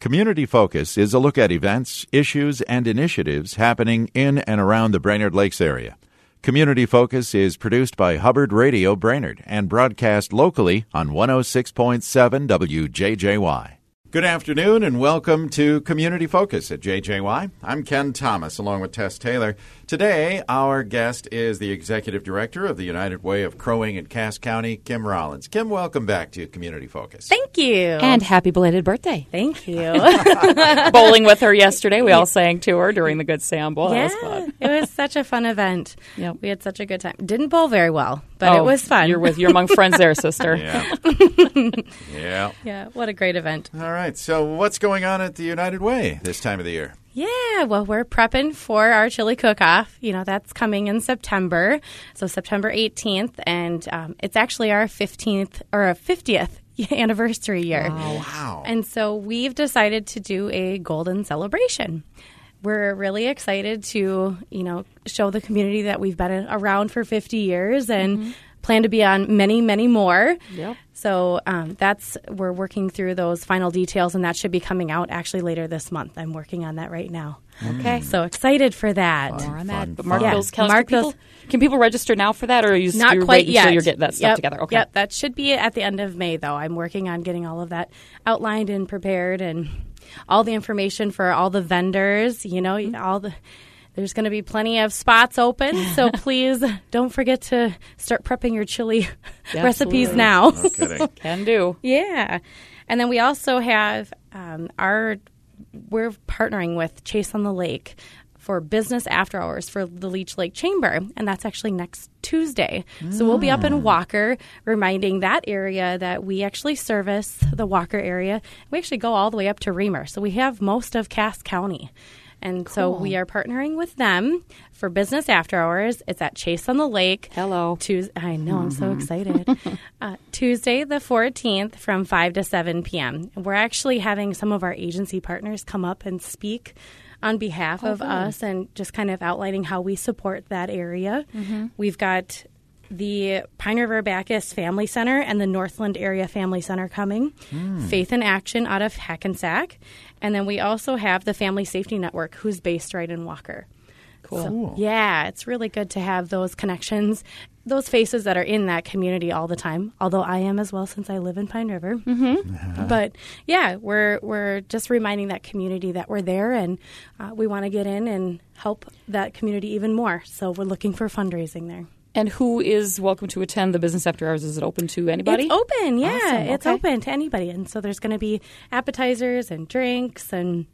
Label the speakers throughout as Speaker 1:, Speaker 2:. Speaker 1: Community Focus is a look at events, issues, and initiatives happening in and around the Brainerd Lakes area. Community Focus is produced by Hubbard Radio Brainerd and broadcast locally on 106.7 WJJY. Good afternoon and welcome to Community Focus at JJY. I'm Ken Thomas along with Tess Taylor. Today, our guest is the Executive Director of the United Way of Crowing and Cass County, Kim Rollins. Kim, welcome back to Community Focus.
Speaker 2: Thank you.
Speaker 3: And happy belated birthday.
Speaker 2: Thank you.
Speaker 3: Bowling with her yesterday. We all sang to her during the Good Sam Bowl.
Speaker 2: yeah,
Speaker 3: That was fun.
Speaker 2: it was such a fun event.
Speaker 3: Yep.
Speaker 2: We had such a good time. Didn't bowl very well, but it
Speaker 3: Oh,
Speaker 2: was fun.
Speaker 3: You're with you're among friends there, sister.
Speaker 1: Yeah. yeah.
Speaker 2: yeah, what a great event.
Speaker 1: All right. So, what's going on at the United Way this time of the year?
Speaker 2: Yeah, well, we're prepping for our chili cook off. You know, that's coming in September. So, September 18th, and um, it's actually our 15th or our 50th anniversary year.
Speaker 1: Oh, Wow.
Speaker 2: And so we've decided to do a golden celebration. We're really excited to, you know, show the community that we've been around for 50 years and plan to be on many, many more.
Speaker 3: Yep.
Speaker 2: So um, that's we're working through those final details, and that should be coming out actually later this month. I'm working on that right now. Okay. So excited for that.
Speaker 3: More on
Speaker 1: Fun,
Speaker 3: that. But mark
Speaker 1: fun.
Speaker 3: those calendars.
Speaker 2: Mark
Speaker 3: can, people, can people register now for that, or are you
Speaker 2: Not
Speaker 3: you're
Speaker 2: quite
Speaker 3: waiting
Speaker 2: yet.
Speaker 3: until you get that stuff
Speaker 2: Yep.
Speaker 3: together? Okay.
Speaker 2: Yep, that should be at the end of May, though. I'm working on getting all of that outlined and prepared, and all the information for all the vendors. You know,
Speaker 3: Mm-hmm.
Speaker 2: all the there's going to be plenty of spots open, so please don't forget to start prepping your chili recipes
Speaker 3: Absolutely.
Speaker 2: now.
Speaker 1: No kidding.
Speaker 3: Can do.
Speaker 2: Yeah. And then we also have um, our, we're partnering with Chase on the Lake for business after hours for the Leech Lake Chamber. And that's actually next Tuesday. So we'll be up in Walker reminding that area that we actually service the Walker area. We actually go all the way up to Reamer. So we have most of Cass County. And so we are partnering with them for business after hours. It's at Chase on the Lake.
Speaker 3: Hello.
Speaker 2: Tuesday. I know. I'm so excited. uh, Tuesday, the 14th, from 5 to 7 p.m. We're actually having some of our agency partners come up and speak on behalf of us and just kind of outlining how we support that area. We've got the Pine River Bacchus Family Center and the Northland Area Family Center coming, Faith in Action out of Hackensack, and then we also have the Family Safety Network, who's based right in Walker.
Speaker 1: Cool.
Speaker 2: Yeah, it's really good to have those connections, those faces that are in that community all the time. Although I am as well since I live in Pine River. Mm-hmm. but yeah, we're we're just reminding that community that we're there and uh, we want to get in and help that community even more. So we're looking for fundraising there.
Speaker 3: And who is welcome to attend the business after hours? Is it open to anybody?
Speaker 2: It's open, yeah.
Speaker 3: Awesome,
Speaker 2: It's
Speaker 3: okay.
Speaker 2: open to anybody. And so there's going to be appetizers and drinks and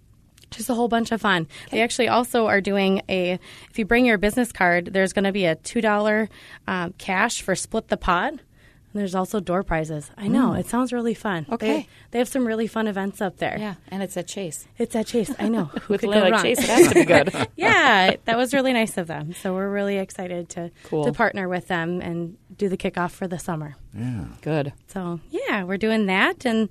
Speaker 2: just a whole bunch of fun. They actually also are doing a, if you bring your business card, there's going to be a $2 um, cash for Split the Pot. And there's also door prizes. I know, it sounds really fun. They-
Speaker 3: Mm. Okay.
Speaker 2: They, have some really fun events up there.
Speaker 3: Yeah, and it's at Chase.
Speaker 2: It's at Chase. I know. Who
Speaker 3: With
Speaker 2: could
Speaker 3: Lynn
Speaker 2: go
Speaker 3: like
Speaker 2: wrong?
Speaker 3: Chase, it has to be good.
Speaker 2: yeah, that was really nice of them. So we're really excited to,
Speaker 3: Cool.
Speaker 2: to partner with them and do the kickoff for the summer.
Speaker 3: good.
Speaker 2: So, yeah, we're doing that. And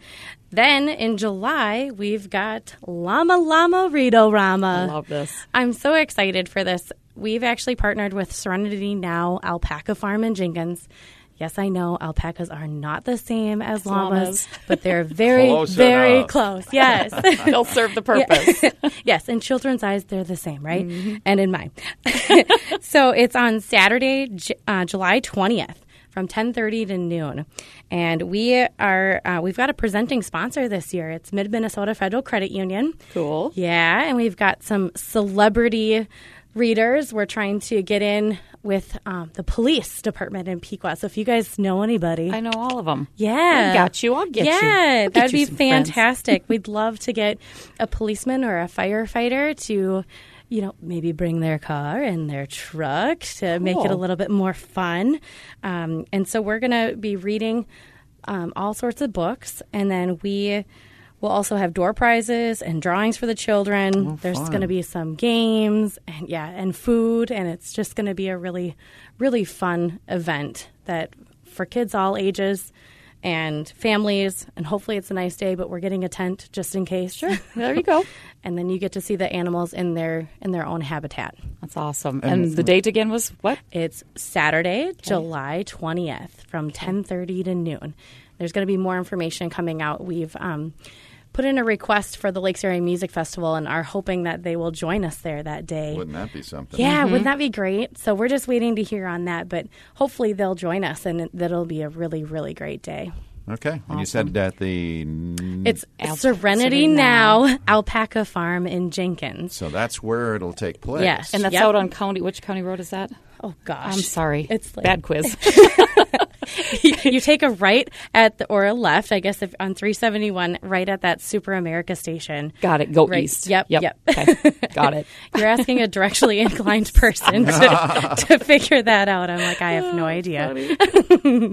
Speaker 2: then in July, we've got Llama Llama Rito Rama.
Speaker 3: I love this.
Speaker 2: I'm so excited for this. We've actually partnered with Serenity Now Alpaca Farm in Jenkins. Yes, I know alpacas are not the same as llamas,
Speaker 3: Llamas.
Speaker 2: but they're very,
Speaker 1: Close
Speaker 2: very
Speaker 1: enough.
Speaker 2: close. Yes.
Speaker 3: They'll serve the purpose.
Speaker 2: yes, in children's eyes, they're the same, right? And in mine. so it's on Saturday, J- uh, July 20th from 10.30 to noon and we are uh, we've got a presenting sponsor this year it's mid minnesota federal credit union
Speaker 3: Cool.
Speaker 2: yeah, and we've got some celebrity readers. We're trying to get in with um, the police department in Pequot. So if you guys know anybody,
Speaker 3: I know all of them.
Speaker 2: yeah,
Speaker 3: I got you. I'll get you.
Speaker 2: yeah,
Speaker 3: I'll get
Speaker 2: that'd be
Speaker 3: you some friends.
Speaker 2: fantastic. We'd love to get a policeman or a firefighter to. You know, maybe bring their car and their truck to make it a
Speaker 3: Cool.
Speaker 2: little bit more fun. Um, and so we're going to be reading um, all sorts of books, and then we will also have door prizes and drawings for the children. There's going to be some games, and yeah, and food, and it's just going to be a really, really fun event that for kids all ages and families. And hopefully, it's a nice day, but we're getting a tent just in case. Sure,
Speaker 3: There you go.
Speaker 2: and then you get to see the animals in their in their own habitat.
Speaker 3: That's awesome. And, the date again was what?
Speaker 2: It's Saturday, July 20th from 10:30 to noon. There's going to be more information coming out. We've um, put in a request for the Lakes Area Music Festival and are hoping that they will join us there that day.
Speaker 1: Wouldn't that be something?
Speaker 2: Yeah, wouldn't that be great? So we're just waiting to hear on that, but hopefully they'll join us and it- that'll be a really, really great day.
Speaker 1: Okay. And you said at the
Speaker 2: It's
Speaker 3: Alpaca
Speaker 2: Serenity
Speaker 3: City
Speaker 2: now.
Speaker 3: Now.
Speaker 2: Alpaca Farm in Jenkins.
Speaker 1: so that's where it'll take place.
Speaker 2: Yes.
Speaker 3: And that's
Speaker 2: Yep.
Speaker 3: out on county. Which county road is that?
Speaker 2: Oh gosh,
Speaker 3: I'm sorry.
Speaker 2: It's like
Speaker 3: bad quiz.
Speaker 2: you take a right at the or a left, I guess, if on 371, right at that Super America station.
Speaker 3: Got it. Go
Speaker 2: Right.
Speaker 3: east.
Speaker 2: Yep,
Speaker 3: Yep.
Speaker 2: yep.
Speaker 3: Okay. Got it.
Speaker 2: You're asking a directionally inclined person to, to figure that out. I'm like, I have no idea.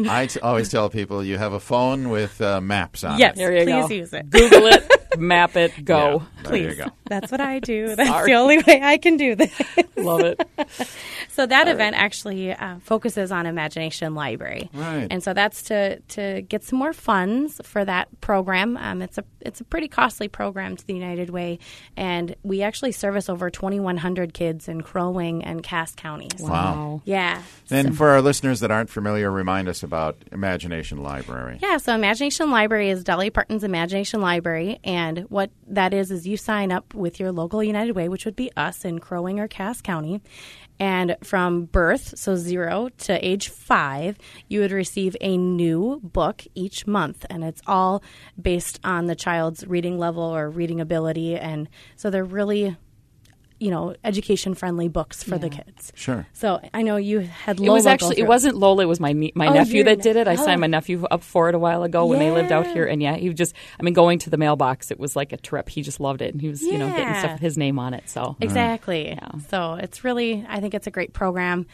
Speaker 1: I t- always tell people you have a phone with uh, maps on
Speaker 2: Yes,
Speaker 1: it.
Speaker 3: There you
Speaker 2: please
Speaker 3: go.
Speaker 2: use it.
Speaker 3: Google it. Map it. Go.
Speaker 1: Yeah, there you
Speaker 2: Please.
Speaker 1: go.
Speaker 2: That's what I do. That's the only way I can do this.
Speaker 3: Love it.
Speaker 2: So that event actually uh, focuses on Imagination Library,
Speaker 1: Right.
Speaker 2: And so that's to to get some more funds for that program. Um, it's a it's a pretty costly program to the United Way, and we actually service over 2,100 kids in Crow Wing and Cass counties.
Speaker 1: Wow.
Speaker 2: Yeah.
Speaker 1: And for our listeners that aren't familiar, remind us about Imagination Library.
Speaker 2: Yeah, so Imagination Library is Dolly Parton's Imagination Library, and what that is is you sign up with your local United Way, which would be us in Crow Wing or Cass County, and from birth, so zero to age five, you would receive a new book each month, and it's all based on the child's reading level or reading ability, and so they're really, you know, education friendly books for the kids.
Speaker 1: Sure.
Speaker 2: So I know you had
Speaker 3: It
Speaker 2: Lola
Speaker 3: was
Speaker 2: go
Speaker 3: actually it
Speaker 2: through
Speaker 3: wasn't Lola. It was my nie- my
Speaker 2: Oh,
Speaker 3: nephew
Speaker 2: your
Speaker 3: that
Speaker 2: ne-
Speaker 3: did it. I
Speaker 2: oh.
Speaker 3: signed my nephew up for it a while ago when they lived out
Speaker 2: Yeah.
Speaker 3: here, and yeah, he just I mean going to the mailbox. It was like a trip. He just loved it, and he was you know getting
Speaker 2: Yeah.
Speaker 3: stuff with his name on it. So
Speaker 2: Exactly. So it's really, I think it's a great program,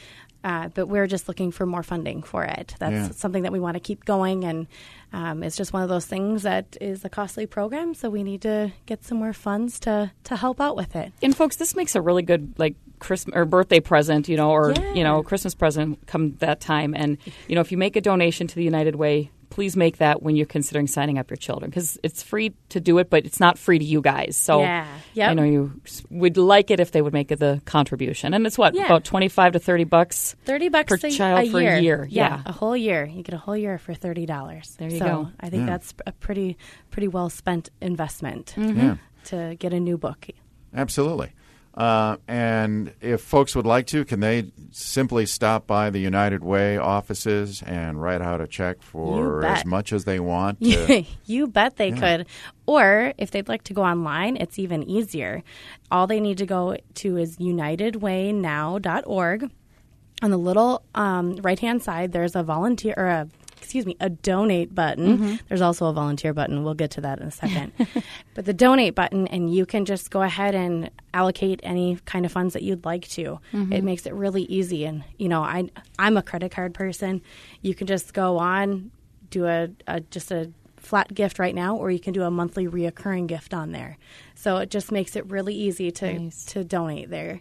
Speaker 2: uh, but we're just looking for more funding for it. That's
Speaker 1: Yeah.
Speaker 2: something that we want to keep going, and um, it's just one of those things that is a costly program, so we need to get some more funds to, to help out with it.
Speaker 3: and folks, this makes a really good like Christmas or birthday present, you know, or
Speaker 2: Yeah.
Speaker 3: you know Christmas present come that time. And you know, if you make a donation to the United Way, please make that when you're considering signing up your children because it's free to do it, but it's not free to you guys. So
Speaker 2: Yeah. Yep.
Speaker 3: you know, you s- would like it if they would make the contribution, and it's what
Speaker 2: Yeah.
Speaker 3: about twenty five to thirty bucks.
Speaker 2: 30 bucks
Speaker 3: Per
Speaker 2: a,
Speaker 3: child
Speaker 2: a
Speaker 3: for a
Speaker 2: year.
Speaker 3: year, yeah.
Speaker 2: A whole year. You get a whole year for $30. There
Speaker 3: you
Speaker 2: so
Speaker 3: go.
Speaker 2: I think that's a pretty pretty well spent investment
Speaker 1: Yeah.
Speaker 2: to get a new book.
Speaker 1: Absolutely. Uh, and if folks would like to, can they simply stop by the United Way offices and write out a check for
Speaker 2: You bet.
Speaker 1: as much as they want? to-
Speaker 2: you bet they could. Or if they'd like to go online, it's even easier. All they need to go to is unitedwaynow.org. On the little um, right hand side, there's a volunteer or a excuse me a donate button there's also a volunteer button we'll get to that in a second but the donate button and you can just go ahead and allocate any kind of funds that you'd like to it makes it really easy and you know I, i'm a credit card person you can just go on do a, a just a flat gift right now or you can do a monthly reoccurring gift on there so it just makes it really easy to to donate there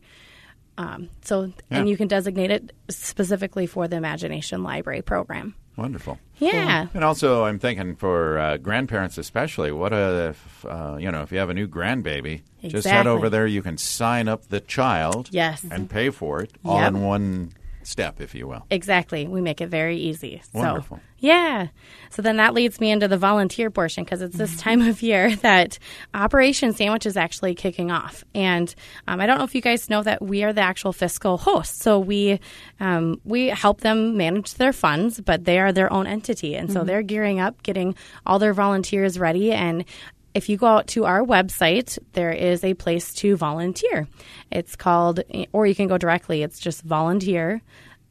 Speaker 2: um, so and
Speaker 1: Yeah.
Speaker 2: you can designate it specifically for the imagination library program
Speaker 1: Wonderful.
Speaker 2: yeah
Speaker 1: And also, I'm thinking for uh, grandparents especially, what if, uh, you know, if you have a new grandbaby, just head
Speaker 2: Exactly.
Speaker 1: over there. You can sign up the child
Speaker 2: Yes.
Speaker 1: and pay for it all
Speaker 2: Yep.
Speaker 1: in one step, if you will.
Speaker 2: Exactly. We make it very easy.
Speaker 1: Wonderful.
Speaker 2: So, yeah. So then that leads me into the volunteer portion because it's this time of year that Operation Sandwich is actually kicking off. And um, I don't know if you guys know that we are the actual fiscal host. So we um, we help them manage their funds, but they are their own entity. And so they're gearing up, getting all their volunteers ready. And if you go out to our website, there is a place to volunteer. It's called, or you can go directly, it's just volunteer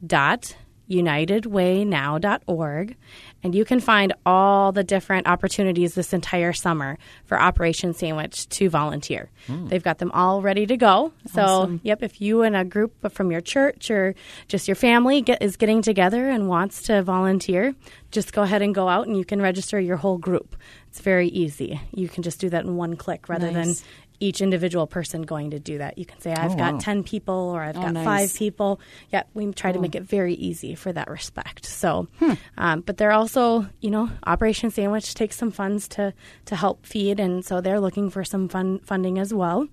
Speaker 2: dot unitedwaynow.org and you can find all the different opportunities this entire summer for Operation Sandwich to volunteer.
Speaker 3: Hmm.
Speaker 2: They've got them all ready to go. So, yep, if you and a group from your church or just your family get, is getting together and wants to volunteer, just go ahead and go out and you can register your whole group. It's very easy. You can just do that in one click rather
Speaker 3: Nice. Oh,
Speaker 2: than each individual person going to do that. You can say, I've got 10 people or I've got
Speaker 3: nice.
Speaker 2: five people. Yeah, we try to make it very easy for that respect. So,
Speaker 3: Hmm.
Speaker 2: um, but they're also, you know, Operation Sandwich takes some funds to to help feed, and so they're looking for some fun funding as well.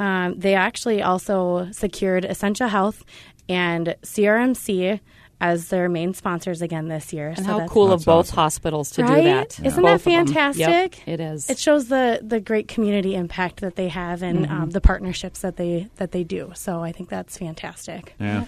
Speaker 2: Um, they actually also secured Essentia Health and CRMC. as their main sponsors again this year.
Speaker 3: And how cool of
Speaker 1: That's
Speaker 3: both
Speaker 1: awesome.
Speaker 3: hospitals to
Speaker 2: Right?
Speaker 3: do that.
Speaker 2: Isn't
Speaker 3: Both
Speaker 2: that
Speaker 3: of 'em. Yep,
Speaker 2: fantastic?
Speaker 3: it is.
Speaker 2: It shows the the great community impact that they have and
Speaker 3: Mm-hmm.
Speaker 2: um, the partnerships that they that they do. So I think that's fantastic.
Speaker 1: Yeah.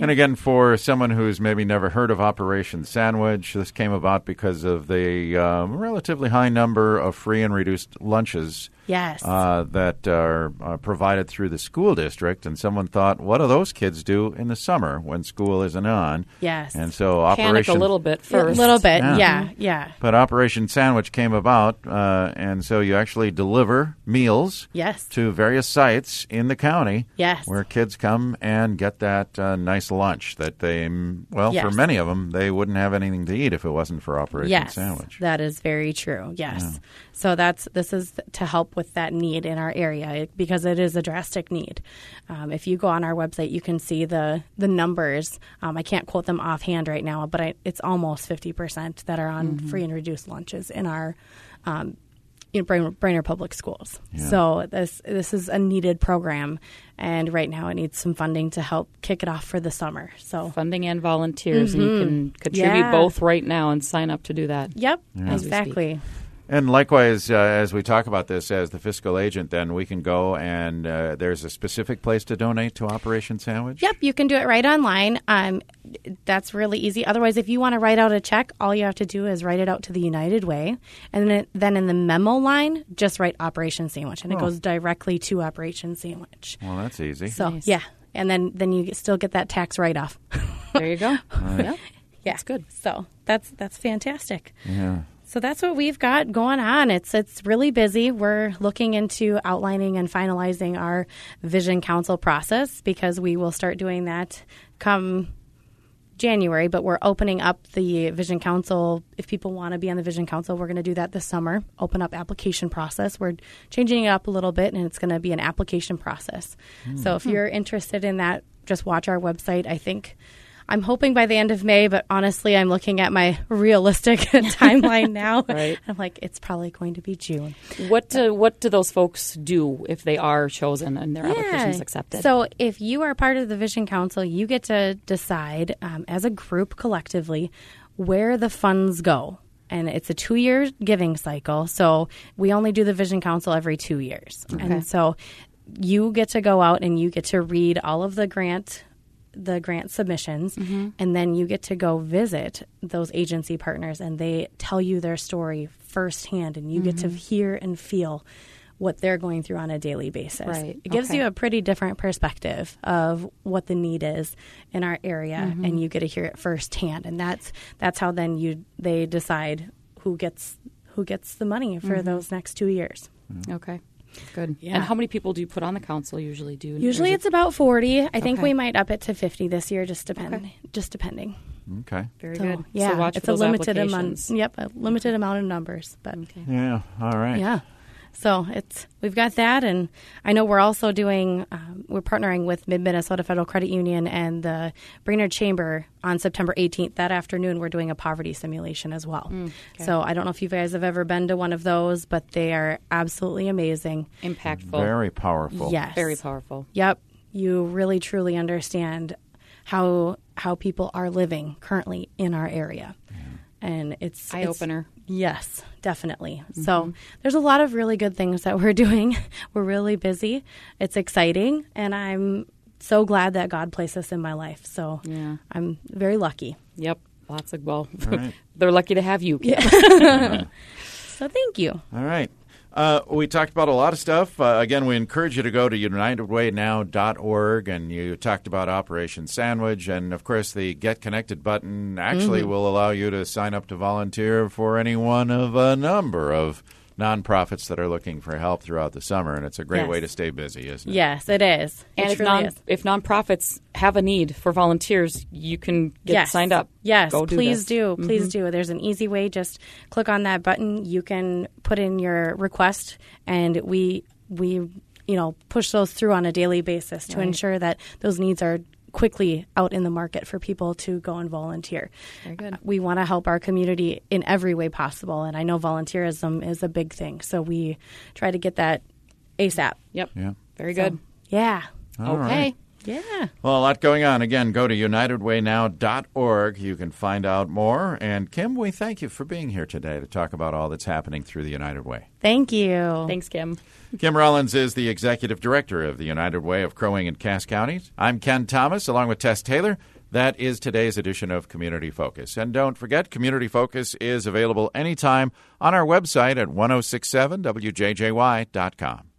Speaker 1: And again, for someone who's maybe never heard of Operation Sandwich, this came about because of the um, relatively high number of free and reduced lunches
Speaker 2: Yes.
Speaker 1: uh, that are uh, provided through the school district. And someone thought, what do those kids do in the summer when school isn't on?
Speaker 2: Yes.
Speaker 1: And so
Speaker 3: Panic
Speaker 1: Operation
Speaker 3: a little bit first.
Speaker 2: A little bit.
Speaker 1: Yeah.
Speaker 2: Yeah. Yeah.
Speaker 1: But Operation Sandwich came about, uh, and so you actually deliver meals
Speaker 2: Yes.
Speaker 1: to various sites in the county
Speaker 2: Yes.
Speaker 1: where kids come and get that uh, nice lunch that they, mm, well, for
Speaker 2: Yes.
Speaker 1: many of them, they wouldn't have anything to eat if it wasn't for Operation
Speaker 2: Yes.
Speaker 1: Sandwich.
Speaker 2: That is very true. Yes. So that's this is to help with that need in our area it- because it is a drastic need. Um, if you go on our website, you can see the the numbers. Um, I can't quote them offhand right now, but I, it's almost fifty percent that are on free and reduced lunches in our. Um, in Brain- Brainerd Public Schools. So this this is a needed program, and right now it needs some funding to help kick it off for the summer. So
Speaker 3: Funding and volunteers, and you can contribute
Speaker 2: Mm-hmm. Yeah.
Speaker 3: both right now and sign up to do that.
Speaker 2: Yep,
Speaker 3: As we speak.
Speaker 2: exactly.
Speaker 1: And likewise, uh, as we talk about this as the fiscal agent, then we can go and uh, there's a specific place to donate to Operation Sandwich?
Speaker 2: Yep, you can do it right online. Um, that's really easy. Otherwise, if you want to write out a check, all you have to do is write it out to the United Way, and then, then in the memo line, just write Operation Sandwich,
Speaker 3: Oh.
Speaker 2: and it goes directly to Operation Sandwich.
Speaker 1: Well, that's easy.
Speaker 2: So yeah, and then then you still get that tax write off.
Speaker 3: There you go. Yeah.
Speaker 2: yeah,
Speaker 3: That's good.
Speaker 2: So that's that's fantastic.
Speaker 1: yeah.
Speaker 2: So that's what we've got going on. It's it's really busy. We're looking into outlining and finalizing our vision council process because we will start doing that come January, but we're opening up the Vision Council. If people want to be on the Vision Council, we're going to do that this summer. Open up application process. We're changing it up a little bit, and it's going to be an application process.
Speaker 3: Hmm.
Speaker 2: So if you're interested in that, just watch our website. I think I'm hoping by the end of May, but honestly, I'm looking at my realistic timeline now.
Speaker 3: Right.
Speaker 2: I'm like, it's probably going to be June.
Speaker 3: What do, what do those folks do if they are chosen and their applications accepted?
Speaker 2: So if you are part of the Vision Council, you get to decide um, as a group collectively where the funds go. And it's a two year giving cycle. So we only do the Vision Council every two years. And so you get to go out and you get to read all of the grant the grant submissions
Speaker 3: Mm-hmm.
Speaker 2: and then you get to go visit those agency partners and they tell you their story firsthand and you get
Speaker 3: Mm-hmm.
Speaker 2: to hear and feel what they're going through on a daily basis.
Speaker 3: Right.
Speaker 2: It gives
Speaker 3: Okay.
Speaker 2: you a pretty different perspective of what the need is in our area
Speaker 3: Mm-hmm.
Speaker 2: and you get to hear it firsthand and that's that's how then you they decide who gets who gets the money for
Speaker 3: Mm-hmm.
Speaker 2: those next 2 years.
Speaker 1: Mm-hmm.
Speaker 3: okay. Good.
Speaker 2: Yeah.
Speaker 3: And how many people do you put on the council usually? Do you,
Speaker 2: Usually
Speaker 3: or is
Speaker 2: it's about 40. I think
Speaker 3: Okay.
Speaker 2: we might up it to 50 this year just depend just depending.
Speaker 1: Okay.
Speaker 3: it very
Speaker 2: So,
Speaker 3: good.
Speaker 2: Yeah,
Speaker 3: so watch
Speaker 2: it's
Speaker 3: for those
Speaker 2: a limited
Speaker 3: applications.
Speaker 2: amount. Yep, a limited amount of numbers, but
Speaker 3: Okay.
Speaker 1: Yeah. All right.
Speaker 2: yeah. So it's we've got that, and I know we're also doing um, we're partnering with Mid Minnesota Federal Credit Union and the Brainerd Chamber on September 18th. That afternoon, we're doing a poverty simulation as well. So I don't know if you guys have ever been to one of those, but they are absolutely amazing.
Speaker 3: Impactful.
Speaker 1: Very powerful.
Speaker 2: Yes,
Speaker 3: Very powerful.
Speaker 2: Yep. You really truly understand how how people are living currently in our area. And it's
Speaker 3: Eye
Speaker 2: it's-
Speaker 3: opener.
Speaker 2: Yes, definitely. So there's a lot of really good things that we're doing. we're really busy. It's exciting and I'm so glad that God placed this in my life. So
Speaker 3: Yeah.
Speaker 2: I'm very lucky.
Speaker 3: Yep. Lots of well,
Speaker 1: right.
Speaker 3: they're lucky to have you. Yeah.
Speaker 2: So thank you.
Speaker 1: All right. Uh, we talked about a lot of stuff. Uh, again, we encourage you to go to unitedwaynow.org, and you talked about Operation Sandwich, and of course, the Get Connected button actually will allow you to sign up to volunteer for any one of a number of nonprofits that are looking for help throughout the summer, and it's a great
Speaker 2: Yes.
Speaker 1: way to stay busy, isn't it?
Speaker 2: Yes, it is.
Speaker 3: And
Speaker 2: it
Speaker 3: if,
Speaker 2: truly
Speaker 3: non,
Speaker 2: is.
Speaker 3: if nonprofits have a need for volunteers, you can get
Speaker 2: yes.
Speaker 3: signed up.
Speaker 2: Yes,
Speaker 3: Go do
Speaker 2: please
Speaker 3: this. Mm-hmm.
Speaker 2: do. Please do. There's an easy way. Just click on that button. You can put in your request, and we we you know push those through on a daily basis to ensure that those needs are quickly out in the market for people to go and volunteer.
Speaker 3: Very good.
Speaker 2: We want to help our community in every way possible, and I know volunteerism is a big thing, so we try to get that ASAP.
Speaker 3: Yep.
Speaker 1: Yeah.
Speaker 3: Very good.
Speaker 2: Yeah.
Speaker 1: All
Speaker 3: okay.
Speaker 1: right.
Speaker 2: Yeah.
Speaker 1: Well, a lot going on. Again, go to unitedwaynow.org. You can find out more. And Kim, we thank you for being here today to talk about all that's happening through the United Way.
Speaker 2: Thank you.
Speaker 3: Thanks, Kim.
Speaker 1: Kim Rollins is the executive director of the United Way of Crowing and Cass Counties. I'm Ken Thomas, along with Tess Taylor. That is today's edition of Community Focus. And don't forget, Community Focus oh is available anytime on our website at 1067wjjy.com.